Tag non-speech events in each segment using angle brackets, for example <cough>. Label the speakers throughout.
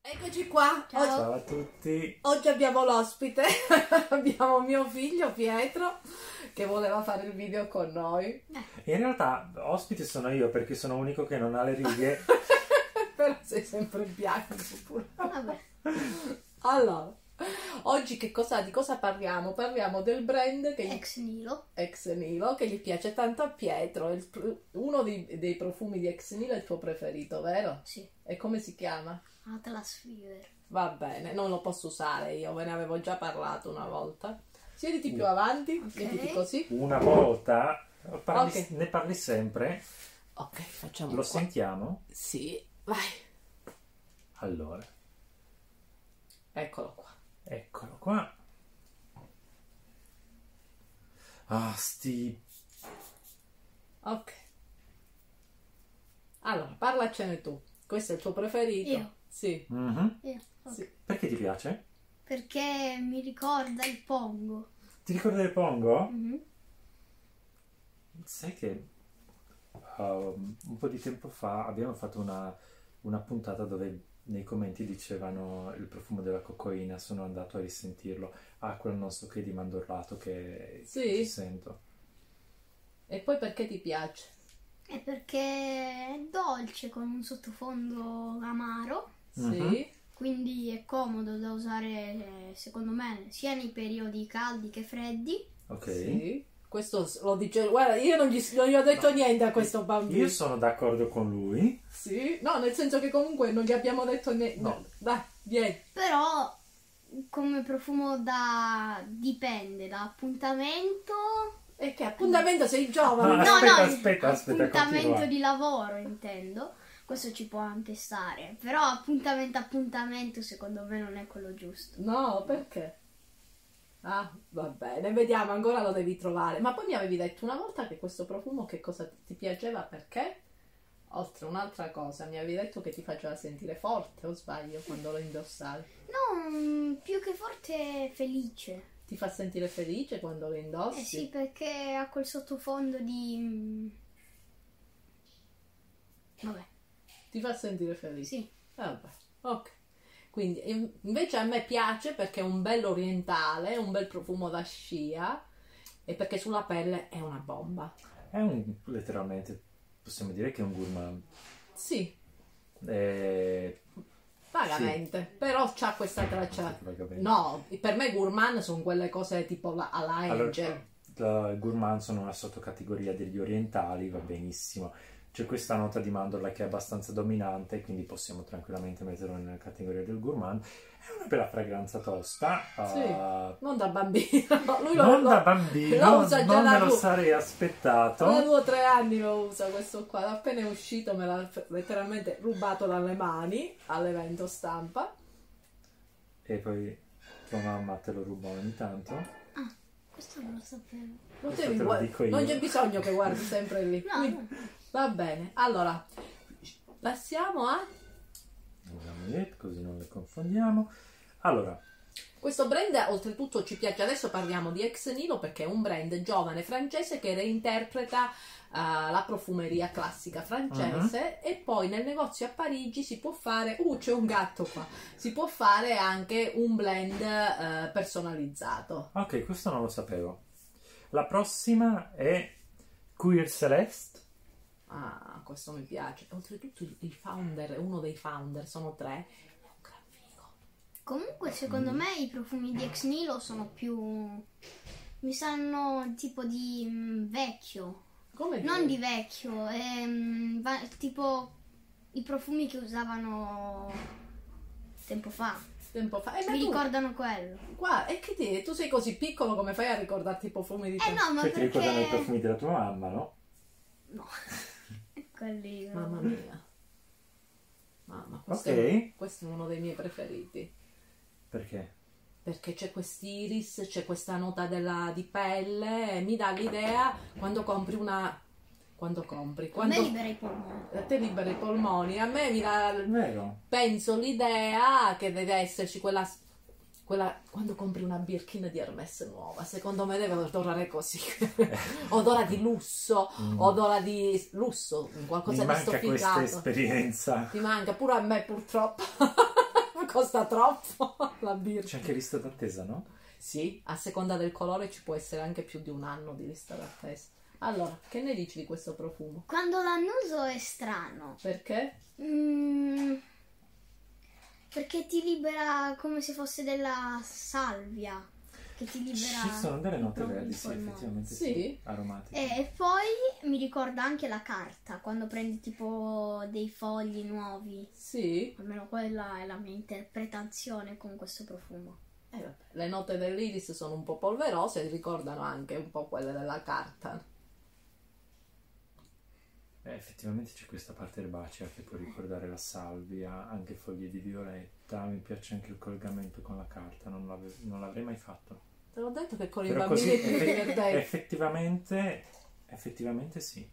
Speaker 1: Eccoci qua, oggi,
Speaker 2: Ciao a tutti.
Speaker 1: oggi abbiamo l'ospite, <laughs> abbiamo mio figlio Pietro che voleva fare il video con noi, <laughs>
Speaker 2: In realtà ospite sono io perché sono l'unico che non ha le righe.
Speaker 1: però sei sempre bianco pure.
Speaker 3: Vabbè.
Speaker 1: Allora, oggi che cosa, di cosa parliamo? Parliamo del brand che gli-
Speaker 3: Ex Nilo.
Speaker 1: Ex Nilo che gli piace tanto a Pietro, Il pr- uno dei, dei profumi di Ex Nilo è il tuo preferito, vero?
Speaker 3: Sì.
Speaker 1: E come si chiama?
Speaker 3: Atlas Fever.
Speaker 1: Va bene, non lo posso usare io, ve ne avevo già parlato una volta. Siediti più avanti,
Speaker 3: Mm. Ok.
Speaker 1: mettiti così.
Speaker 2: Una volta parli-
Speaker 1: Ok.
Speaker 2: ne parli sempre,
Speaker 1: Ok, facciamo
Speaker 2: lo
Speaker 1: qua.
Speaker 2: sentiamo.
Speaker 1: Sì, vai.
Speaker 2: Allora,
Speaker 1: Eccolo qua.
Speaker 2: eccolo qua. Ah, sti
Speaker 1: Ok. Allora, parlacene tu. Questo è il tuo preferito?
Speaker 3: Io?
Speaker 1: Sì.
Speaker 2: Mhm.
Speaker 3: Io. Eh, Ok.
Speaker 1: Sì.
Speaker 2: Perché ti piace?
Speaker 3: Perché mi ricorda il Pongo.
Speaker 2: Ti ricordi del Pongo?
Speaker 3: Mhm.
Speaker 2: Sai che um, un po' di tempo fa abbiamo fatto una, una puntata dove nei commenti dicevano il profumo della cocaina, sono andato a risentirlo. Ah, quel non so che di mandorlato che
Speaker 1: Sì?
Speaker 2: che sento.
Speaker 1: E poi perché ti piace?
Speaker 3: È perché è dolce con un sottofondo amaro.
Speaker 2: Mhm,
Speaker 1: Sì.
Speaker 3: Quindi è comodo da usare, eh, secondo me, sia nei periodi caldi che freddi.
Speaker 2: Ok.
Speaker 1: Sì. Questo s- lo dice... Guarda, io non gli, non gli ho detto niente a questo bambino.
Speaker 2: Io sono d'accordo con lui.
Speaker 1: Sì. No, nel senso che comunque non gli abbiamo detto niente.
Speaker 2: No.
Speaker 1: Dai, vieni.
Speaker 3: Però come profumo da... dipende da appuntamento.
Speaker 1: E che appuntamento sei giovane.
Speaker 2: Ah,
Speaker 3: no,
Speaker 2: aspetta,
Speaker 3: no,
Speaker 2: aspetta, aspetta,
Speaker 3: appuntamento
Speaker 2: continua.
Speaker 3: di lavoro intendo. Questo ci può anche stare, però appuntamento appuntamento secondo me non è quello giusto.
Speaker 1: No, perché? Ah, va bene, vediamo, ancora lo devi trovare. Ma poi mi avevi detto una volta che questo profumo che cosa ti ti piaceva perché? Oltre un'altra cosa, mi avevi detto che ti faceva sentire forte, o sbaglio, quando lo indossavi.
Speaker 3: No, mm, più che forte felice.
Speaker 1: Ti fa sentire felice quando lo indossi?
Speaker 3: Eh sì, perché ha quel sottofondo di... mm, Vabbè,
Speaker 1: Ti fa sentire felice?
Speaker 3: sì.
Speaker 1: Eh, Vabbè, ok. Quindi in- invece a me piace perché è un bello orientale, un bel profumo da scia e perché sulla pelle è una bomba.
Speaker 2: È un, letteralmente, possiamo dire che è un gourmand.
Speaker 1: Sì,
Speaker 2: È...
Speaker 1: vagamente, però c'ha questa traccia No, per me gourmand sono quelle cose tipo la, cioè, alla
Speaker 2: Allora,
Speaker 1: Angel.
Speaker 2: la gourmand sono una sottocategoria degli orientali, va benissimo. C'è questa nota di mandorla che è abbastanza dominante, quindi possiamo tranquillamente metterlo nella categoria del gourmand. È una bella fragranza tosta.
Speaker 1: Sì.
Speaker 2: ah,
Speaker 1: Non da bambino. <laughs> Lui lo,
Speaker 2: non
Speaker 1: lo-
Speaker 2: da bambino,
Speaker 1: lo usa già
Speaker 2: non
Speaker 1: da
Speaker 2: me lo
Speaker 1: due-
Speaker 2: sarei
Speaker 1: da
Speaker 2: aspettato.
Speaker 1: due o tre anni lo usa questo qua. Da Appena è uscito me l'ha f- letteralmente rubato dalle mani all'evento stampa.
Speaker 2: E poi tua mamma te lo ruba ogni tanto.
Speaker 3: Ah, questo non lo sapevo.
Speaker 1: Non,
Speaker 2: Questo
Speaker 1: devi
Speaker 2: te lo
Speaker 1: guard-
Speaker 2: dico io.
Speaker 1: non c'è bisogno che guardi sempre lì.
Speaker 3: <laughs> No,
Speaker 1: Quindi-
Speaker 3: no.
Speaker 1: Va bene, allora passiamo a
Speaker 2: Abbiamo detto, così non le confondiamo. Allora,
Speaker 1: Questo brand oltretutto ci piace, adesso parliamo di Ex Nilo perché è un brand giovane francese che reinterpreta eh, la profumeria classica francese e poi nel negozio a Parigi si può fare, uh c'è un gatto qua, si può fare anche un blend eh, personalizzato.
Speaker 2: ok, questo non lo sapevo. La prossima è Queer Celeste.
Speaker 1: Ah, questo mi piace. Oltretutto il- il founder, uno dei founder, sono tre, è un gran figo.
Speaker 3: Comunque, secondo me i profumi di Ex Nilo sono più... Mi sanno tipo di mm, vecchio.
Speaker 1: Come
Speaker 3: Non
Speaker 1: dire?
Speaker 3: di vecchio, ehm, va- tipo i profumi che usavano tempo fa.
Speaker 1: tempo fa. Eh, ma
Speaker 3: Mi
Speaker 1: tu,
Speaker 3: ricordano quello.
Speaker 1: qua, e che dire, tu sei così piccolo come fai a ricordarti i profumi di
Speaker 3: Eh no, ma
Speaker 2: Cioè, ti ricordano i
Speaker 3: perché...
Speaker 2: profumi della tua mamma, no?
Speaker 3: No. <laughs> Quelli... no.
Speaker 1: Mamma mia. Mamma, questo, è,
Speaker 2: Mm. Ok.
Speaker 1: questo è uno dei miei preferiti.
Speaker 2: Perché?
Speaker 1: Perché c'è quest'iris, c'è questa nota della- di pelle. e Mi dà l'idea quando compri una. Quando compri?
Speaker 3: A me
Speaker 1: Quando
Speaker 3: libera i polmoni.
Speaker 1: a te libera i polmoni. A me mi dà.
Speaker 2: È vero.
Speaker 1: Penso l'idea che deve esserci quella. quella- quando compri una birchina di Hermes nuova, secondo me deve odorare
Speaker 2: <laughs>
Speaker 1: così. odora di lusso,
Speaker 2: Mm.
Speaker 1: odora di lusso, qualcosa di
Speaker 2: Mi manca questa
Speaker 1: stofficato.
Speaker 2: esperienza.
Speaker 1: Ti manca pure a me purtroppo. <laughs> costa troppo <laughs> la birra.
Speaker 2: C'è anche lista d'attesa, no?
Speaker 1: Sì, a seconda del colore ci può essere anche più di un anno di lista d'attesa. Allora, che ne dici di questo profumo?
Speaker 3: Quando l'annuso è strano.
Speaker 1: Perché?
Speaker 3: Mm, perché ti libera come se fosse della salvia. Che ti
Speaker 2: Ci
Speaker 3: libera.
Speaker 2: sono delle note
Speaker 3: proprio
Speaker 2: verdi,
Speaker 3: il
Speaker 2: sì,
Speaker 3: polmone.
Speaker 2: effettivamente sì.
Speaker 1: Sì.
Speaker 2: Aromatiche.
Speaker 3: Eh, E, e poi mi ricorda anche la carta, quando prendi tipo dei fogli nuovi.
Speaker 1: Sì.
Speaker 3: Almeno quella è la mia interpretazione con questo profumo.
Speaker 1: Eh, vabbè, Le note dell'iris sono un po' polverose e ricordano anche un po' quelle della carta.
Speaker 2: Eh, effettivamente c'è questa parte erbacea che può ricordare la salvia, anche foglie di violetta. Mi piace anche il collegamento con la carta, non, l'ave- non l'avrei mai fatto.
Speaker 1: Te l'ho detto che con i
Speaker 2: Però
Speaker 1: bambini
Speaker 2: così
Speaker 1: è più
Speaker 2: effe-
Speaker 1: divertente.
Speaker 2: effettivamente, effettivamente sì.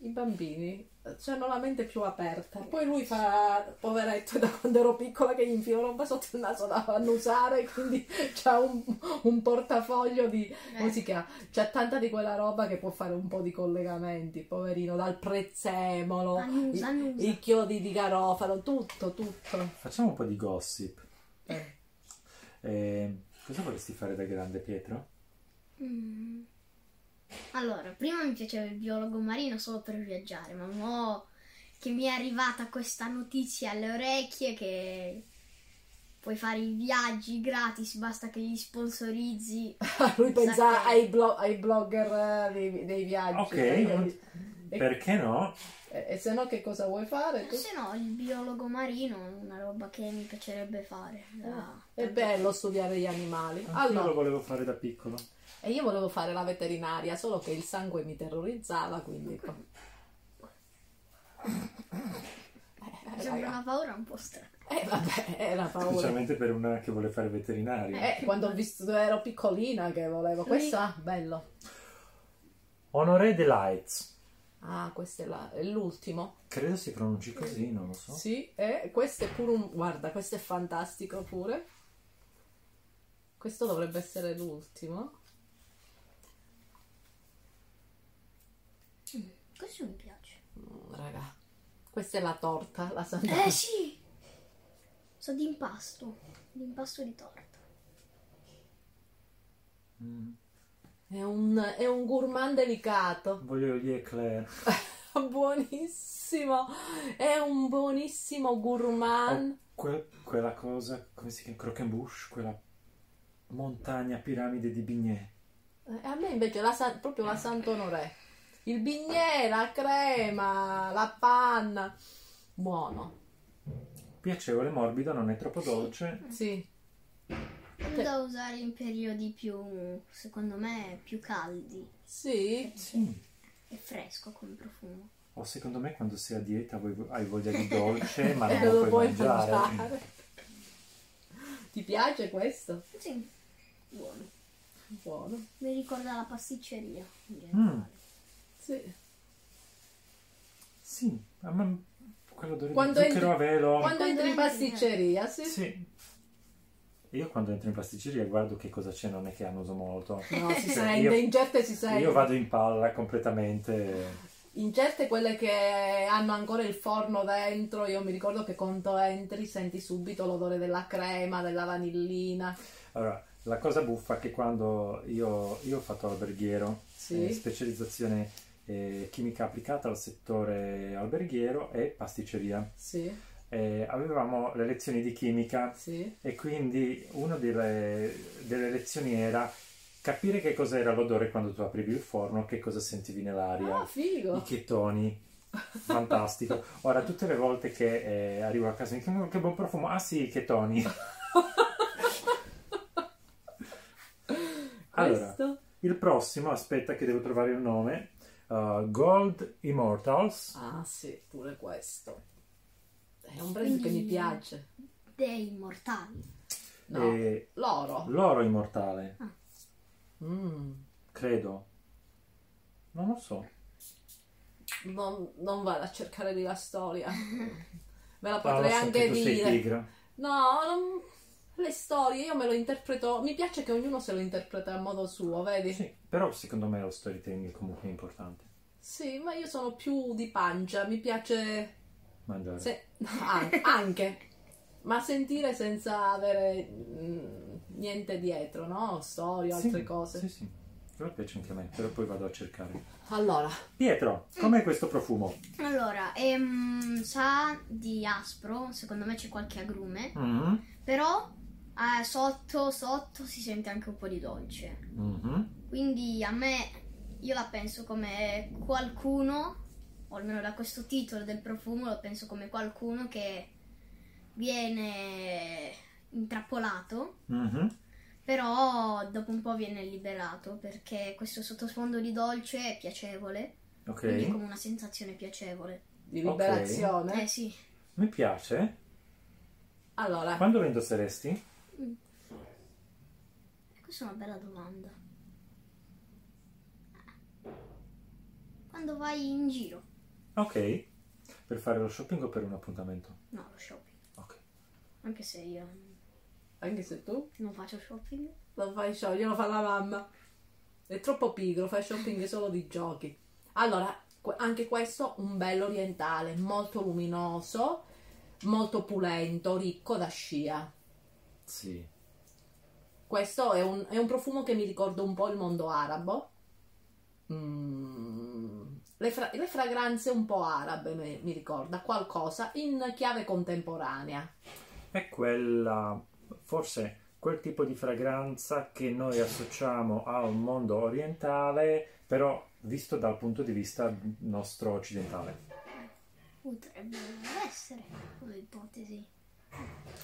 Speaker 1: I bambini eh, hanno la mente più aperta. Poi lui fa, poveretto, da quando ero piccola che gli infilo roba sotto il naso da annusare, quindi <laughs> c'ha un, un portafoglio di
Speaker 3: Eh.
Speaker 1: musica. C'è tanta di quella roba che può fare un po' di collegamenti, poverino, dal prezzemolo,
Speaker 3: Ah,
Speaker 1: i,
Speaker 3: Annusa, annusa.
Speaker 1: i chiodi di garofalo, tutto, tutto.
Speaker 2: Facciamo un po' di gossip.
Speaker 1: Eh.
Speaker 2: Eh, cosa vorresti fare da grande, Pietro?
Speaker 3: Mm. Allora, prima mi piaceva il biologo marino solo per viaggiare, ma mo che mi è arrivata questa notizia alle orecchie che puoi fare i viaggi gratis, basta che li sponsorizzi.
Speaker 1: <laughs> Lui pensa
Speaker 3: Esatto.
Speaker 1: ai, blo- ai blogger eh, dei, dei viaggi.
Speaker 2: Ok,
Speaker 1: eh, e-
Speaker 2: perché no?
Speaker 1: E, e se no che cosa vuoi fare? tu?
Speaker 3: Se no, il biologo marino è una roba che mi piacerebbe fare. da-
Speaker 1: È bello studiare gli animali.
Speaker 2: Anch'io
Speaker 1: Allora,
Speaker 2: lo volevo fare da piccolo.
Speaker 1: e io volevo fare la veterinaria, solo che il sangue mi terrorizzava, quindi... Eh,
Speaker 3: Sembra
Speaker 1: raga.
Speaker 3: una paura un po' strana.
Speaker 1: Eh, vabbè, era paura.
Speaker 2: Specialmente per una che vuole fare veterinario.
Speaker 1: Eh, quando ho visto, ero piccolina che volevo. Questo, ah, bello.
Speaker 2: Honoré de Lights.
Speaker 1: Ah, questo è, la- è l'ultimo.
Speaker 2: Credo si pronunci così, non lo so.
Speaker 1: Sì, e questo è pure un... Guarda, questo è fantastico pure. Questo dovrebbe essere l'ultimo.
Speaker 3: Mm, questo mi piace.
Speaker 1: Mm, Raga, questa è la torta, la sandwich.
Speaker 3: Eh sì! So di impasto, di impasto di torta.
Speaker 2: Mm,
Speaker 1: È un, è un gourmand delicato,
Speaker 2: voglio gli eclair.
Speaker 1: <laughs> buonissimo, è un buonissimo gourmand.
Speaker 2: Oh, que- quella cosa, come si chiama? Croquembouche, quella montagna, piramide di bignè.
Speaker 1: Eh, A me invece la, sa- proprio la Sant'Onorè, il bignè, la crema, la panna, buono,
Speaker 2: Piacevole, morbido, non è troppo dolce.
Speaker 1: sì,
Speaker 3: Quello da usare in periodi più, secondo me, più caldi.
Speaker 1: sì,
Speaker 2: Sì.
Speaker 3: È fresco come profumo.
Speaker 2: O secondo me quando sei a dieta vuoi- hai voglia di dolce, ma non
Speaker 1: <laughs> Eh,
Speaker 2: lo puoi mangiare.
Speaker 1: Ti piace questo?
Speaker 3: Sì, buono.
Speaker 1: Buono,
Speaker 3: Mi ricorda la pasticceria. in
Speaker 2: Mm,
Speaker 3: generale.
Speaker 1: sì.
Speaker 2: sì, a me quell'odore
Speaker 1: Quando
Speaker 2: di zucchero
Speaker 1: entri-
Speaker 2: a velo.
Speaker 1: Quando entri in pasticceria, sì.
Speaker 2: Sì. Io quando entro in pasticceria guardo che cosa c'è, non è che annuso molto.
Speaker 1: No, <laughs> si
Speaker 2: Cioè,
Speaker 1: sente,
Speaker 2: io-
Speaker 1: in certe si sente.
Speaker 2: Io vado in palla completamente.
Speaker 1: In certe quelle che hanno ancora il forno dentro, io mi ricordo che quando entri senti subito l'odore della crema, della vanillina.
Speaker 2: Allora, la cosa buffa è che quando io, io ho fatto alberghiero,
Speaker 1: Sì.
Speaker 2: eh, specializzazione eh, chimica applicata al settore alberghiero e pasticceria,
Speaker 1: Sì,
Speaker 2: Eh, avevamo le lezioni di chimica
Speaker 1: sì.
Speaker 2: e quindi una delle, delle lezioni era capire che cos'era l'odore quando tu aprivi il forno, che cosa sentivi nell'aria.
Speaker 1: Ah,
Speaker 2: I
Speaker 1: figo!
Speaker 2: chetoni.
Speaker 1: <laughs>
Speaker 2: Fantastico. Ora, tutte le volte che eh, arrivo a casa, mi dicono, che buon profumo. Ah sì, i chetoni. Allora.
Speaker 1: Questo?
Speaker 2: Il prossimo, aspetta che devo trovare il nome, uh, Gold Immortals.
Speaker 1: Ah, sì, pure questo. È un brand che mi
Speaker 3: Quindi-
Speaker 1: piace.
Speaker 3: Dei mortali.
Speaker 1: No,
Speaker 2: E
Speaker 1: l'oro.
Speaker 2: l'oro immortale,
Speaker 1: Mm.
Speaker 2: credo. Non lo so.
Speaker 1: Non, non vado a cercare lì la
Speaker 2: <laughs>
Speaker 1: storia. Me la
Speaker 2: Ah, lo
Speaker 1: potrei
Speaker 2: so
Speaker 1: anche
Speaker 2: che tu sei
Speaker 1: dire.
Speaker 2: pigra.
Speaker 1: No, non- le storie io me lo interpreto. Mi piace che ognuno se lo interpreta a modo suo, vedi?
Speaker 2: Sì, però secondo me lo storytelling è comunque importante.
Speaker 1: Sì, ma io sono più di pancia, mi piace <laughs>
Speaker 2: Mangiare.
Speaker 1: se- an- anche. ma sentire senza avere mm, niente dietro, no? Storie,
Speaker 2: Sì,
Speaker 1: altre cose.
Speaker 2: Sì, sì. Quello piace anche a me, però poi vado a cercare.
Speaker 1: Allora,
Speaker 2: Pietro,
Speaker 1: Mm.
Speaker 2: com'è questo profumo?
Speaker 3: Allora, ehm, sa di aspro, secondo me c'è qualche agrume,
Speaker 2: Mhm,
Speaker 3: però eh, sotto sotto si sente anche un po' di dolce.
Speaker 2: mhm.
Speaker 3: Quindi a me io la penso come qualcuno, o almeno da questo titolo del profumo, lo penso come qualcuno che viene intrappolato,
Speaker 2: mhm.
Speaker 3: però dopo un po' viene liberato perché questo sottofondo di dolce è piacevole, quindi è
Speaker 2: Ok,
Speaker 3: come una sensazione piacevole.
Speaker 1: di
Speaker 2: Ok.
Speaker 1: liberazione.
Speaker 3: Eh sì.
Speaker 2: mi piace.
Speaker 1: Allora,
Speaker 2: Quando lo indosseresti?
Speaker 3: Questa è una bella domanda. Quando vai in giro?
Speaker 2: Ok, per fare lo shopping o per un appuntamento?
Speaker 3: No, lo shopping.
Speaker 2: Ok.
Speaker 3: Anche se io
Speaker 1: anche se tu
Speaker 3: non faccio shopping.
Speaker 1: lo fai shopping, glielo fa la mamma. È troppo pigro, fai shopping solo di giochi. Allora, que- anche questo un bello orientale, molto luminoso, molto pulento, ricco da scia.
Speaker 2: Sì.
Speaker 1: Questo è un, è un profumo che mi ricorda un po' il mondo arabo. Mm, le, fra- le fragranze un po' arabe mi, mi ricorda qualcosa in chiave contemporanea.
Speaker 2: È quella, forse quel tipo di fragranza che noi associamo a un mondo orientale, però visto dal punto di vista nostro occidentale.
Speaker 3: Potrebbe essere come ipotesi.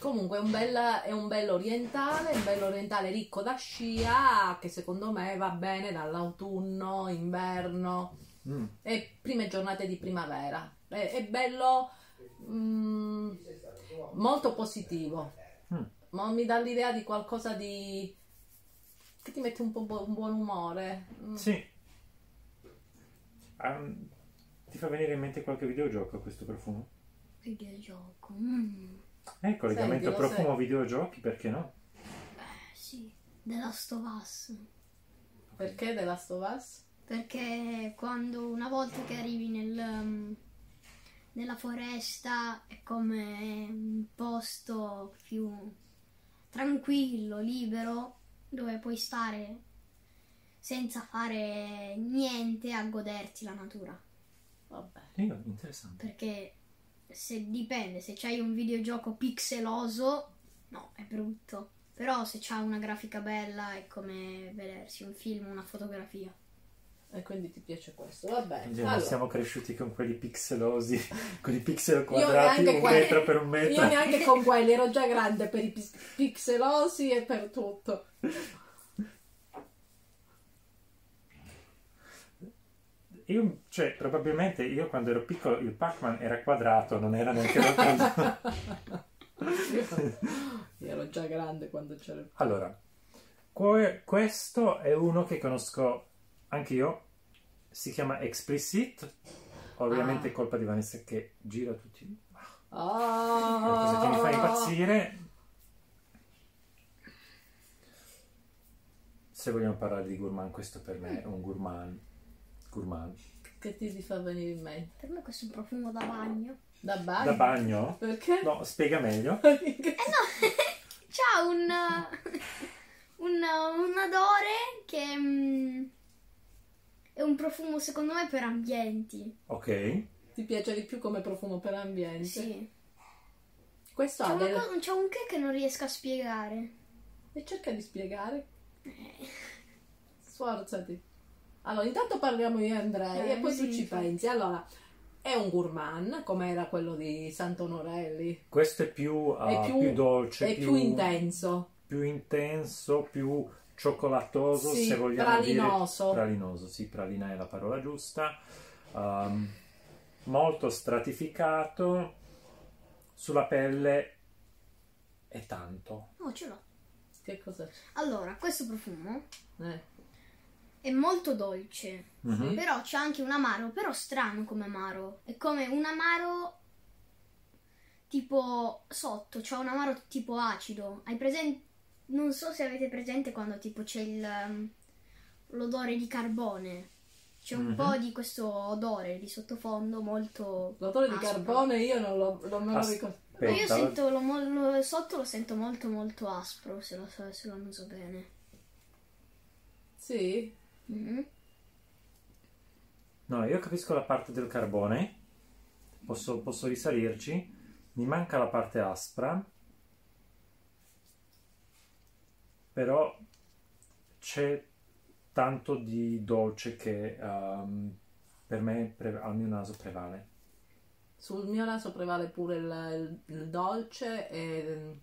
Speaker 1: Comunque è un bel, è un bel orientale, un bel orientale ricco da scia che secondo me va bene dall'autunno, inverno
Speaker 2: Mm.
Speaker 1: e prime giornate di primavera. È, è bello, mm, molto positivo.
Speaker 2: Mm.
Speaker 1: Ma mi dà l'idea di qualcosa di... che ti mette un po' bu- un buon umore. Mm.
Speaker 2: Sì. Ehm, ti fa venire in mente qualche videogioco questo profumo?
Speaker 3: Videogioco. Mm.
Speaker 2: Eh,
Speaker 1: Senti,
Speaker 2: collegamento
Speaker 1: lo
Speaker 2: profumo videogiochi, perché no?
Speaker 3: Eh sì, The Last of Us.
Speaker 1: Perché The Last of Us?
Speaker 3: Perché quando una volta che arrivi nel, um, nella foresta è come un posto più tranquillo, libero, dove puoi stare senza fare niente a goderti la natura.
Speaker 1: Vabbè.
Speaker 2: Sì, interessante.
Speaker 3: Perché se dipende, se c'hai un videogioco pixeloso, no, è brutto. Però se c'ha una grafica bella è come vedersi un film, una fotografia.
Speaker 1: E quindi ti piace questo. Va bene.
Speaker 2: Quindi Eh, non
Speaker 1: Allora,
Speaker 2: siamo cresciuti con quelli
Speaker 1: <laughs>
Speaker 2: pixelosi, con i pixel
Speaker 1: Io
Speaker 2: quadrati,
Speaker 1: neanche
Speaker 2: un
Speaker 1: quelli.
Speaker 2: metro per un
Speaker 1: io
Speaker 2: metro.
Speaker 1: neanche con quelli ero già grande per i pis- pixelosi e per
Speaker 2: <laughs>
Speaker 1: tutto.
Speaker 2: Io, cioè, probabilmente io quando ero piccolo il Pac-Man era quadrato, non era
Speaker 1: <laughs>
Speaker 2: neanche rotondo.
Speaker 1: Io ero già grande quando c'era il
Speaker 2: allora, que- questo è uno che conosco anche io, si chiama Explicit, ovviamente
Speaker 1: Ah.
Speaker 2: è colpa di Vanessa che gira tutti. È una cosa che mi fa
Speaker 1: Oh,
Speaker 2: impazzire. Se vogliamo parlare di gourmand, questo per me è un gourmand. Gourmand.
Speaker 1: che ti, ti fa venire in mente?
Speaker 3: Per me questo è un profumo da bagno.
Speaker 1: Da bagno?
Speaker 2: Da bagno?
Speaker 1: Perché?
Speaker 2: No, spiega meglio.
Speaker 3: Eh, <laughs> C'ha un, <laughs> eh, un, eh, un odore che mm, è un profumo secondo me per ambienti.
Speaker 2: Ok.
Speaker 1: <laughs> Ti piace di più come profumo per ambiente?
Speaker 3: Sì.
Speaker 1: Questo
Speaker 3: C'è,
Speaker 1: ha
Speaker 3: una
Speaker 1: del...
Speaker 3: cosa- c'è un che che non riesco a spiegare.
Speaker 1: E cerca di spiegare. Sforzati. Allora, intanto parliamo io e Andrei
Speaker 3: Eh,
Speaker 1: e poi
Speaker 3: sì,
Speaker 1: tu ci
Speaker 3: infatti.
Speaker 1: pensi. Allora, è un gourmand, come era quello di Santonorelli.
Speaker 2: Questo è più, uh,
Speaker 1: È più-
Speaker 2: più, dolce,
Speaker 1: è più intenso.
Speaker 2: più intenso, più cioccolatoso,
Speaker 1: Sì,
Speaker 2: se vogliamo
Speaker 1: pralinoso.
Speaker 2: dire. Pralinoso. Sì, pralina è la parola giusta. Um, molto stratificato. Sulla pelle è tanto.
Speaker 3: No, ce l'ho.
Speaker 1: Che cosa c'è?
Speaker 3: Allora, questo profumo
Speaker 1: Eh,
Speaker 3: è molto dolce,
Speaker 1: Mm-hmm.
Speaker 2: Mhm.
Speaker 3: però c'è anche un amaro, però strano come amaro. È come un amaro tipo sotto, c'è un amaro tipo acido. Hai presente? Non so se avete presente quando tipo c'è il, um, l'odore di carbone. C'è un
Speaker 2: Mhm.
Speaker 3: po' di questo odore di sottofondo molto
Speaker 1: L'odore di
Speaker 3: acido.
Speaker 1: carbone io non, lo, non me lo
Speaker 2: As-
Speaker 1: ricordo.
Speaker 3: Ma io
Speaker 2: Pentola.
Speaker 3: sento lo mo- lo- sotto lo sento molto molto aspro se lo, se lo uso bene.
Speaker 1: Sì.
Speaker 3: Mhm.
Speaker 2: No, io capisco la parte del carbone, posso, posso risalirci, mi manca la parte aspra, però c'è tanto di dolce che ehm, per me, pre- al mio naso, prevale.
Speaker 1: Sul mio naso prevale pure il, il dolce e,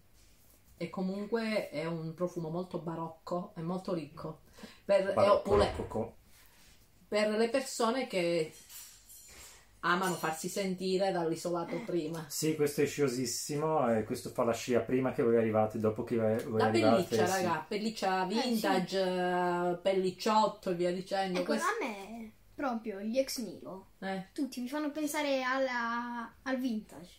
Speaker 1: e comunque è un profumo molto barocco e molto ricco. Per, e
Speaker 2: Barocco,
Speaker 1: Eh, oppure
Speaker 2: rococò.
Speaker 1: per le persone che amano farsi sentire
Speaker 3: Eh.
Speaker 1: dall'isolato prima.
Speaker 2: Sì, questo è sciosissimo e questo fa la scia prima che voi arrivate, dopo che voi voi
Speaker 1: La
Speaker 2: arrivate.
Speaker 1: pelliccia,
Speaker 2: sì.
Speaker 1: raga, pelliccia
Speaker 3: sì.
Speaker 1: vintage, eh, pellicciotto e via dicendo.
Speaker 3: Ecco,
Speaker 1: Questo-
Speaker 3: a me proprio gli ex Nilo,
Speaker 1: eh,
Speaker 3: tutti mi fanno pensare alla- al vintage.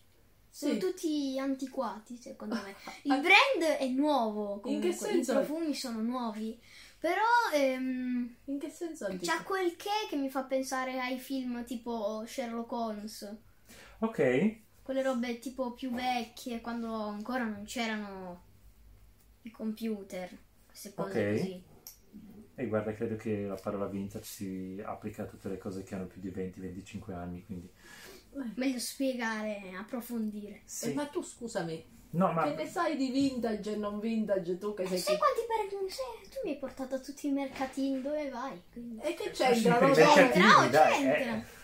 Speaker 3: Sono
Speaker 1: sì.
Speaker 3: tutti antiquati, secondo
Speaker 1: <laughs>
Speaker 3: me. Il brand è nuovo, comunque,
Speaker 1: In che senso?
Speaker 3: i profumi sono nuovi, però ehm,
Speaker 1: In che senso? dico? Eh,
Speaker 3: c'ha quel che che mi fa pensare ai film tipo Sherlock Holmes,
Speaker 2: Ok,
Speaker 3: quelle robe tipo più vecchie, quando ancora non c'erano i computer, queste cose
Speaker 2: Ok.
Speaker 3: così.
Speaker 2: E guarda, credo che la parola vintage si applica a tutte le cose che hanno più di 20-25 anni, quindi...
Speaker 3: Meglio spiegare, approfondire.
Speaker 1: Eh, ma tu scusami,
Speaker 2: No,
Speaker 1: che
Speaker 2: ma
Speaker 1: ne sai di vintage e non vintage tu che sei
Speaker 3: Sai quanti per... sai, tu mi hai portato a tutti i mercatini dove vai, quindi...
Speaker 1: E che
Speaker 2: Sì,
Speaker 1: c'entra?
Speaker 2: per
Speaker 1: Non
Speaker 2: i
Speaker 1: so.
Speaker 2: mercatini,
Speaker 3: Entra o
Speaker 2: dai,
Speaker 3: c'entra?
Speaker 2: eh.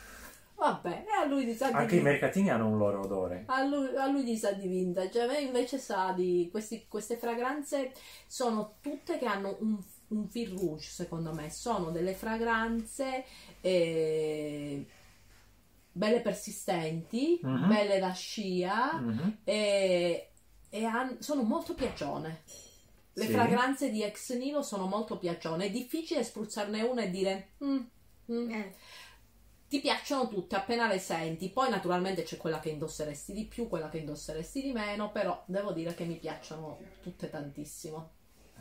Speaker 1: Vabbè, e a lui gli sa di
Speaker 2: anche i mercatini hanno un loro odore.
Speaker 1: a lui, a lui gli sa di vintage, a me invece sa di questi- queste fragranze sono tutte che hanno un, un fil rouge, secondo me, sono delle fragranze eh, belle persistenti,
Speaker 2: Mhm.
Speaker 1: belle da scia
Speaker 2: Mhm.
Speaker 1: e, e han- sono molto piacione. Le
Speaker 2: Sì.
Speaker 1: fragranze di ex Nilo sono molto piacione, è difficile spruzzarne una e dire "Mm, mm,
Speaker 3: Eh,
Speaker 1: ti piacciono tutte appena le senti. Poi, naturalmente, c'è quella che indosseresti di più, quella che indosseresti di meno. Però devo dire che mi piacciono tutte tantissimo.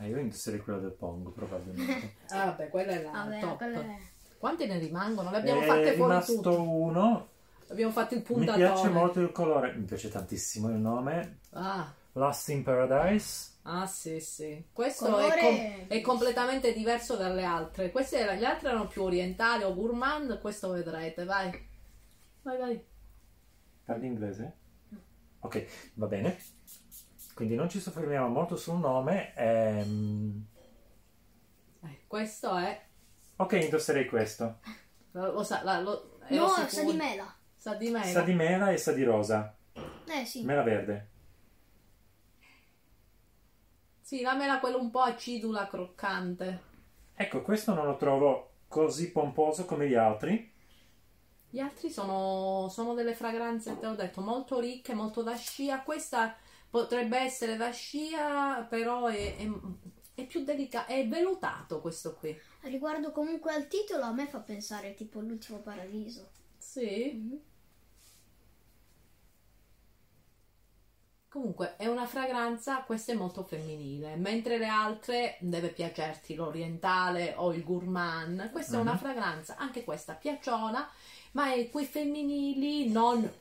Speaker 2: Eh, io indosserei quella del Pongo, probabilmente.
Speaker 1: Ah, vabbè, quella è la
Speaker 3: vabbè,
Speaker 1: top.
Speaker 3: quello è...
Speaker 1: Quante ne rimangono? Le <laughs> abbiamo
Speaker 2: Eh, È
Speaker 1: fatte fuori
Speaker 2: rimasto
Speaker 1: tutte.
Speaker 2: uno,
Speaker 1: Abbiamo fatto il
Speaker 2: mi
Speaker 1: puntatone.
Speaker 2: piace molto il colore, mi piace tantissimo il nome,
Speaker 1: Ah,
Speaker 2: Last in Paradise.
Speaker 1: ah, sì, sì. Questo è,
Speaker 3: Colore-
Speaker 1: com- è completamente diverso dalle altre. Queste era- le altre erano più orientali o gourmand. Questo vedrete, vai. Vai, vai.
Speaker 2: Parli inglese? Ok, va bene. Quindi non ci soffermiamo molto sul nome. ehm,
Speaker 1: Eh, questo è...
Speaker 2: Ok, indosserei questo.
Speaker 1: Lo sa, la- lo- ero
Speaker 3: No,
Speaker 1: sicura.
Speaker 3: sa di mela.
Speaker 1: Sa di me.
Speaker 2: Sa di mela e sa di rosa.
Speaker 3: Eh sì.
Speaker 2: Mela verde.
Speaker 1: Sì, la mela quella un po' acidula, croccante.
Speaker 2: Ecco, questo non lo trovo così pomposo come gli altri.
Speaker 1: Gli altri sono, sono delle fragranze, te l'ho detto, molto ricche, molto da scia. Questa potrebbe essere da scia, però è, è- è più delicata, è velutato questo qui.
Speaker 3: Riguardo comunque al titolo, a me fa pensare tipo l'ultimo paradiso.
Speaker 1: Sì. Comunque è una fragranza, questa è molto femminile, mentre le altre deve piacerti l'orientale o il gourmand. Questa è una
Speaker 2: Mhm.
Speaker 1: fragranza, anche questa piaciona, ma è quei femminili non eh,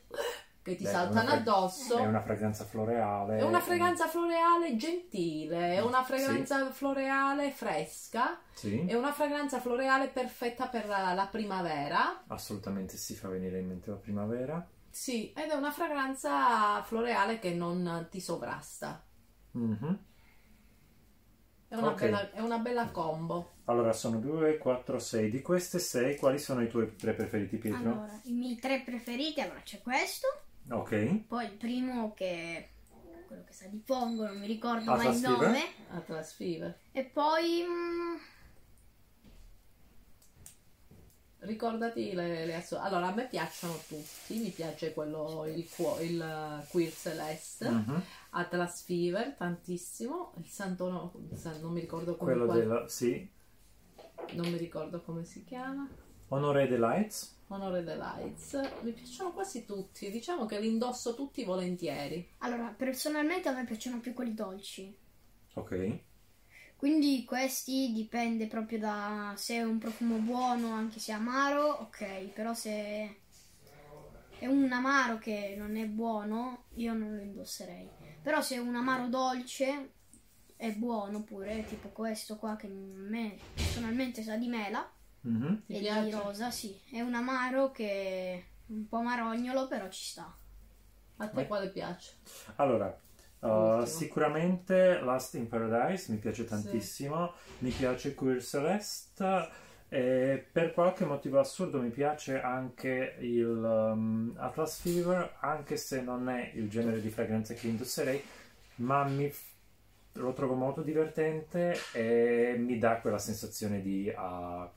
Speaker 1: che ti
Speaker 2: Beh, è
Speaker 1: saltano
Speaker 2: una fra-
Speaker 1: addosso.
Speaker 2: È una fragranza floreale.
Speaker 1: È una fragranza floreale gentile, è una fragranza floreale fresca,
Speaker 2: Sì,
Speaker 1: è una fragranza floreale perfetta per la- la primavera.
Speaker 2: assolutamente si fa venire in mente la primavera.
Speaker 1: Sì, ed è una fragranza floreale che non ti sovrasta.
Speaker 2: Mhm.
Speaker 1: È una,
Speaker 2: Ok.
Speaker 1: bella, è una bella combo.
Speaker 2: Allora, sono 2, 4, 6. Di queste 6, quali sono i tuoi tre preferiti, Pietro?
Speaker 3: Allora, i miei tre preferiti, allora c'è questo,
Speaker 2: Ok.
Speaker 3: poi il primo che quello che sa di Pongo, non mi ricordo
Speaker 2: Ah,
Speaker 3: mai il
Speaker 2: sa scrivere?
Speaker 3: nome,
Speaker 1: Atlas Fever.
Speaker 3: e poi mm,
Speaker 1: Ricordati le, le asso- Allora, a me piacciono tutti. Mi piace quello, il, cuo- il eh, Queer Celeste.
Speaker 2: Mhm.
Speaker 1: Atlas Fever, tantissimo. Il Santono, il San- non mi ricordo come,
Speaker 2: Quello
Speaker 1: qual-
Speaker 2: della... Sì.
Speaker 1: non mi ricordo come si chiama.
Speaker 2: Honoré the Lights.
Speaker 1: Onore the Lights. Mi piacciono quasi tutti. Diciamo che li indosso tutti volentieri.
Speaker 3: allora personalmente a me piacciono più quelli dolci.
Speaker 2: Ok.
Speaker 3: Quindi questi dipende proprio da se è un profumo buono, anche se amaro, ok, però se è un amaro che non è buono, io non lo indosserei. Però se è un amaro dolce è buono pure, tipo questo qua che a me personalmente sa di mela
Speaker 2: Mhm.
Speaker 1: Ti
Speaker 3: e di
Speaker 1: piace?
Speaker 3: rosa, sì. È un amaro che è un po' marognolo, però ci sta.
Speaker 1: A te quale piace?
Speaker 2: Allora, uh,
Speaker 1: L'ultimo.
Speaker 2: sicuramente Last in Paradise mi piace tantissimo, mi piace Queer Celeste e per qualche motivo assurdo mi piace anche il um, Atlas Fever, anche se non è il genere di fragranza che indosserei, ma mi f- lo trovo molto divertente e mi dà quella sensazione di uh,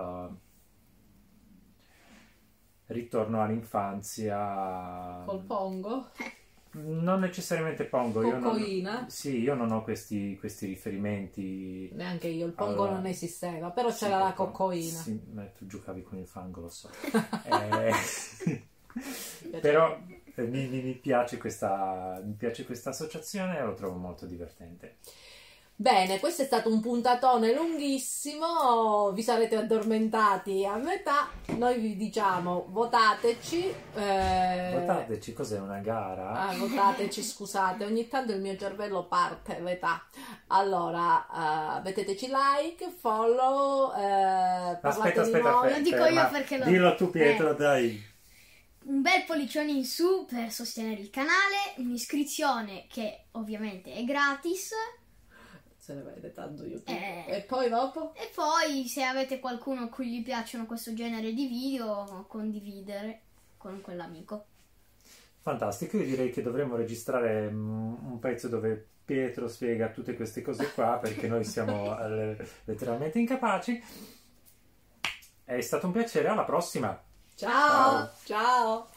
Speaker 2: uh, ritorno all'infanzia
Speaker 1: Col pongo?
Speaker 2: non necessariamente pongo, io non,
Speaker 1: Cocoina?
Speaker 2: sì, io non ho questi, questi riferimenti.
Speaker 1: Neanche io, il pongo
Speaker 2: Allora.
Speaker 1: non esisteva, però
Speaker 2: Sì,
Speaker 1: c'era la
Speaker 2: perché-
Speaker 1: coccoina.
Speaker 2: Sì, ma tu giocavi con il fango, lo so. Eh, però eh, mi, mi- mi piace questa, mi piace questa associazione e lo trovo molto divertente.
Speaker 1: <laughs> Bene, questo è stato un puntatone lunghissimo, vi sarete addormentati a metà, noi vi diciamo votateci. eh,
Speaker 2: Guardateci, cos'è una gara?
Speaker 1: Ah, votateci, scusate, ogni tanto il mio cervello parte, metà. Allora, eh, metteteci like, follow, eh, parlate
Speaker 2: aspetta,
Speaker 1: di noi.
Speaker 2: aspetta,
Speaker 3: Lo
Speaker 2: aspetta,
Speaker 3: dico io
Speaker 2: ma
Speaker 3: perché lo-
Speaker 2: Dillo tu Pietro,
Speaker 3: Eh.
Speaker 2: dai.
Speaker 3: Un bel pollicione in su per sostenere il canale, un'iscrizione che ovviamente è gratis
Speaker 1: Se ne vede tanto YouTube.
Speaker 3: Eh.
Speaker 1: E poi dopo?
Speaker 3: e poi se avete qualcuno a cui gli piacciono questo genere di video condividere con quell'amico.
Speaker 2: Fantastico, io direi che dovremmo registrare mm, un pezzo dove Pietro spiega tutte queste cose qua perché noi siamo eh, letteralmente incapaci. È stato un piacere, alla prossima!
Speaker 1: Ciao!
Speaker 2: Ciao.
Speaker 1: Ciao!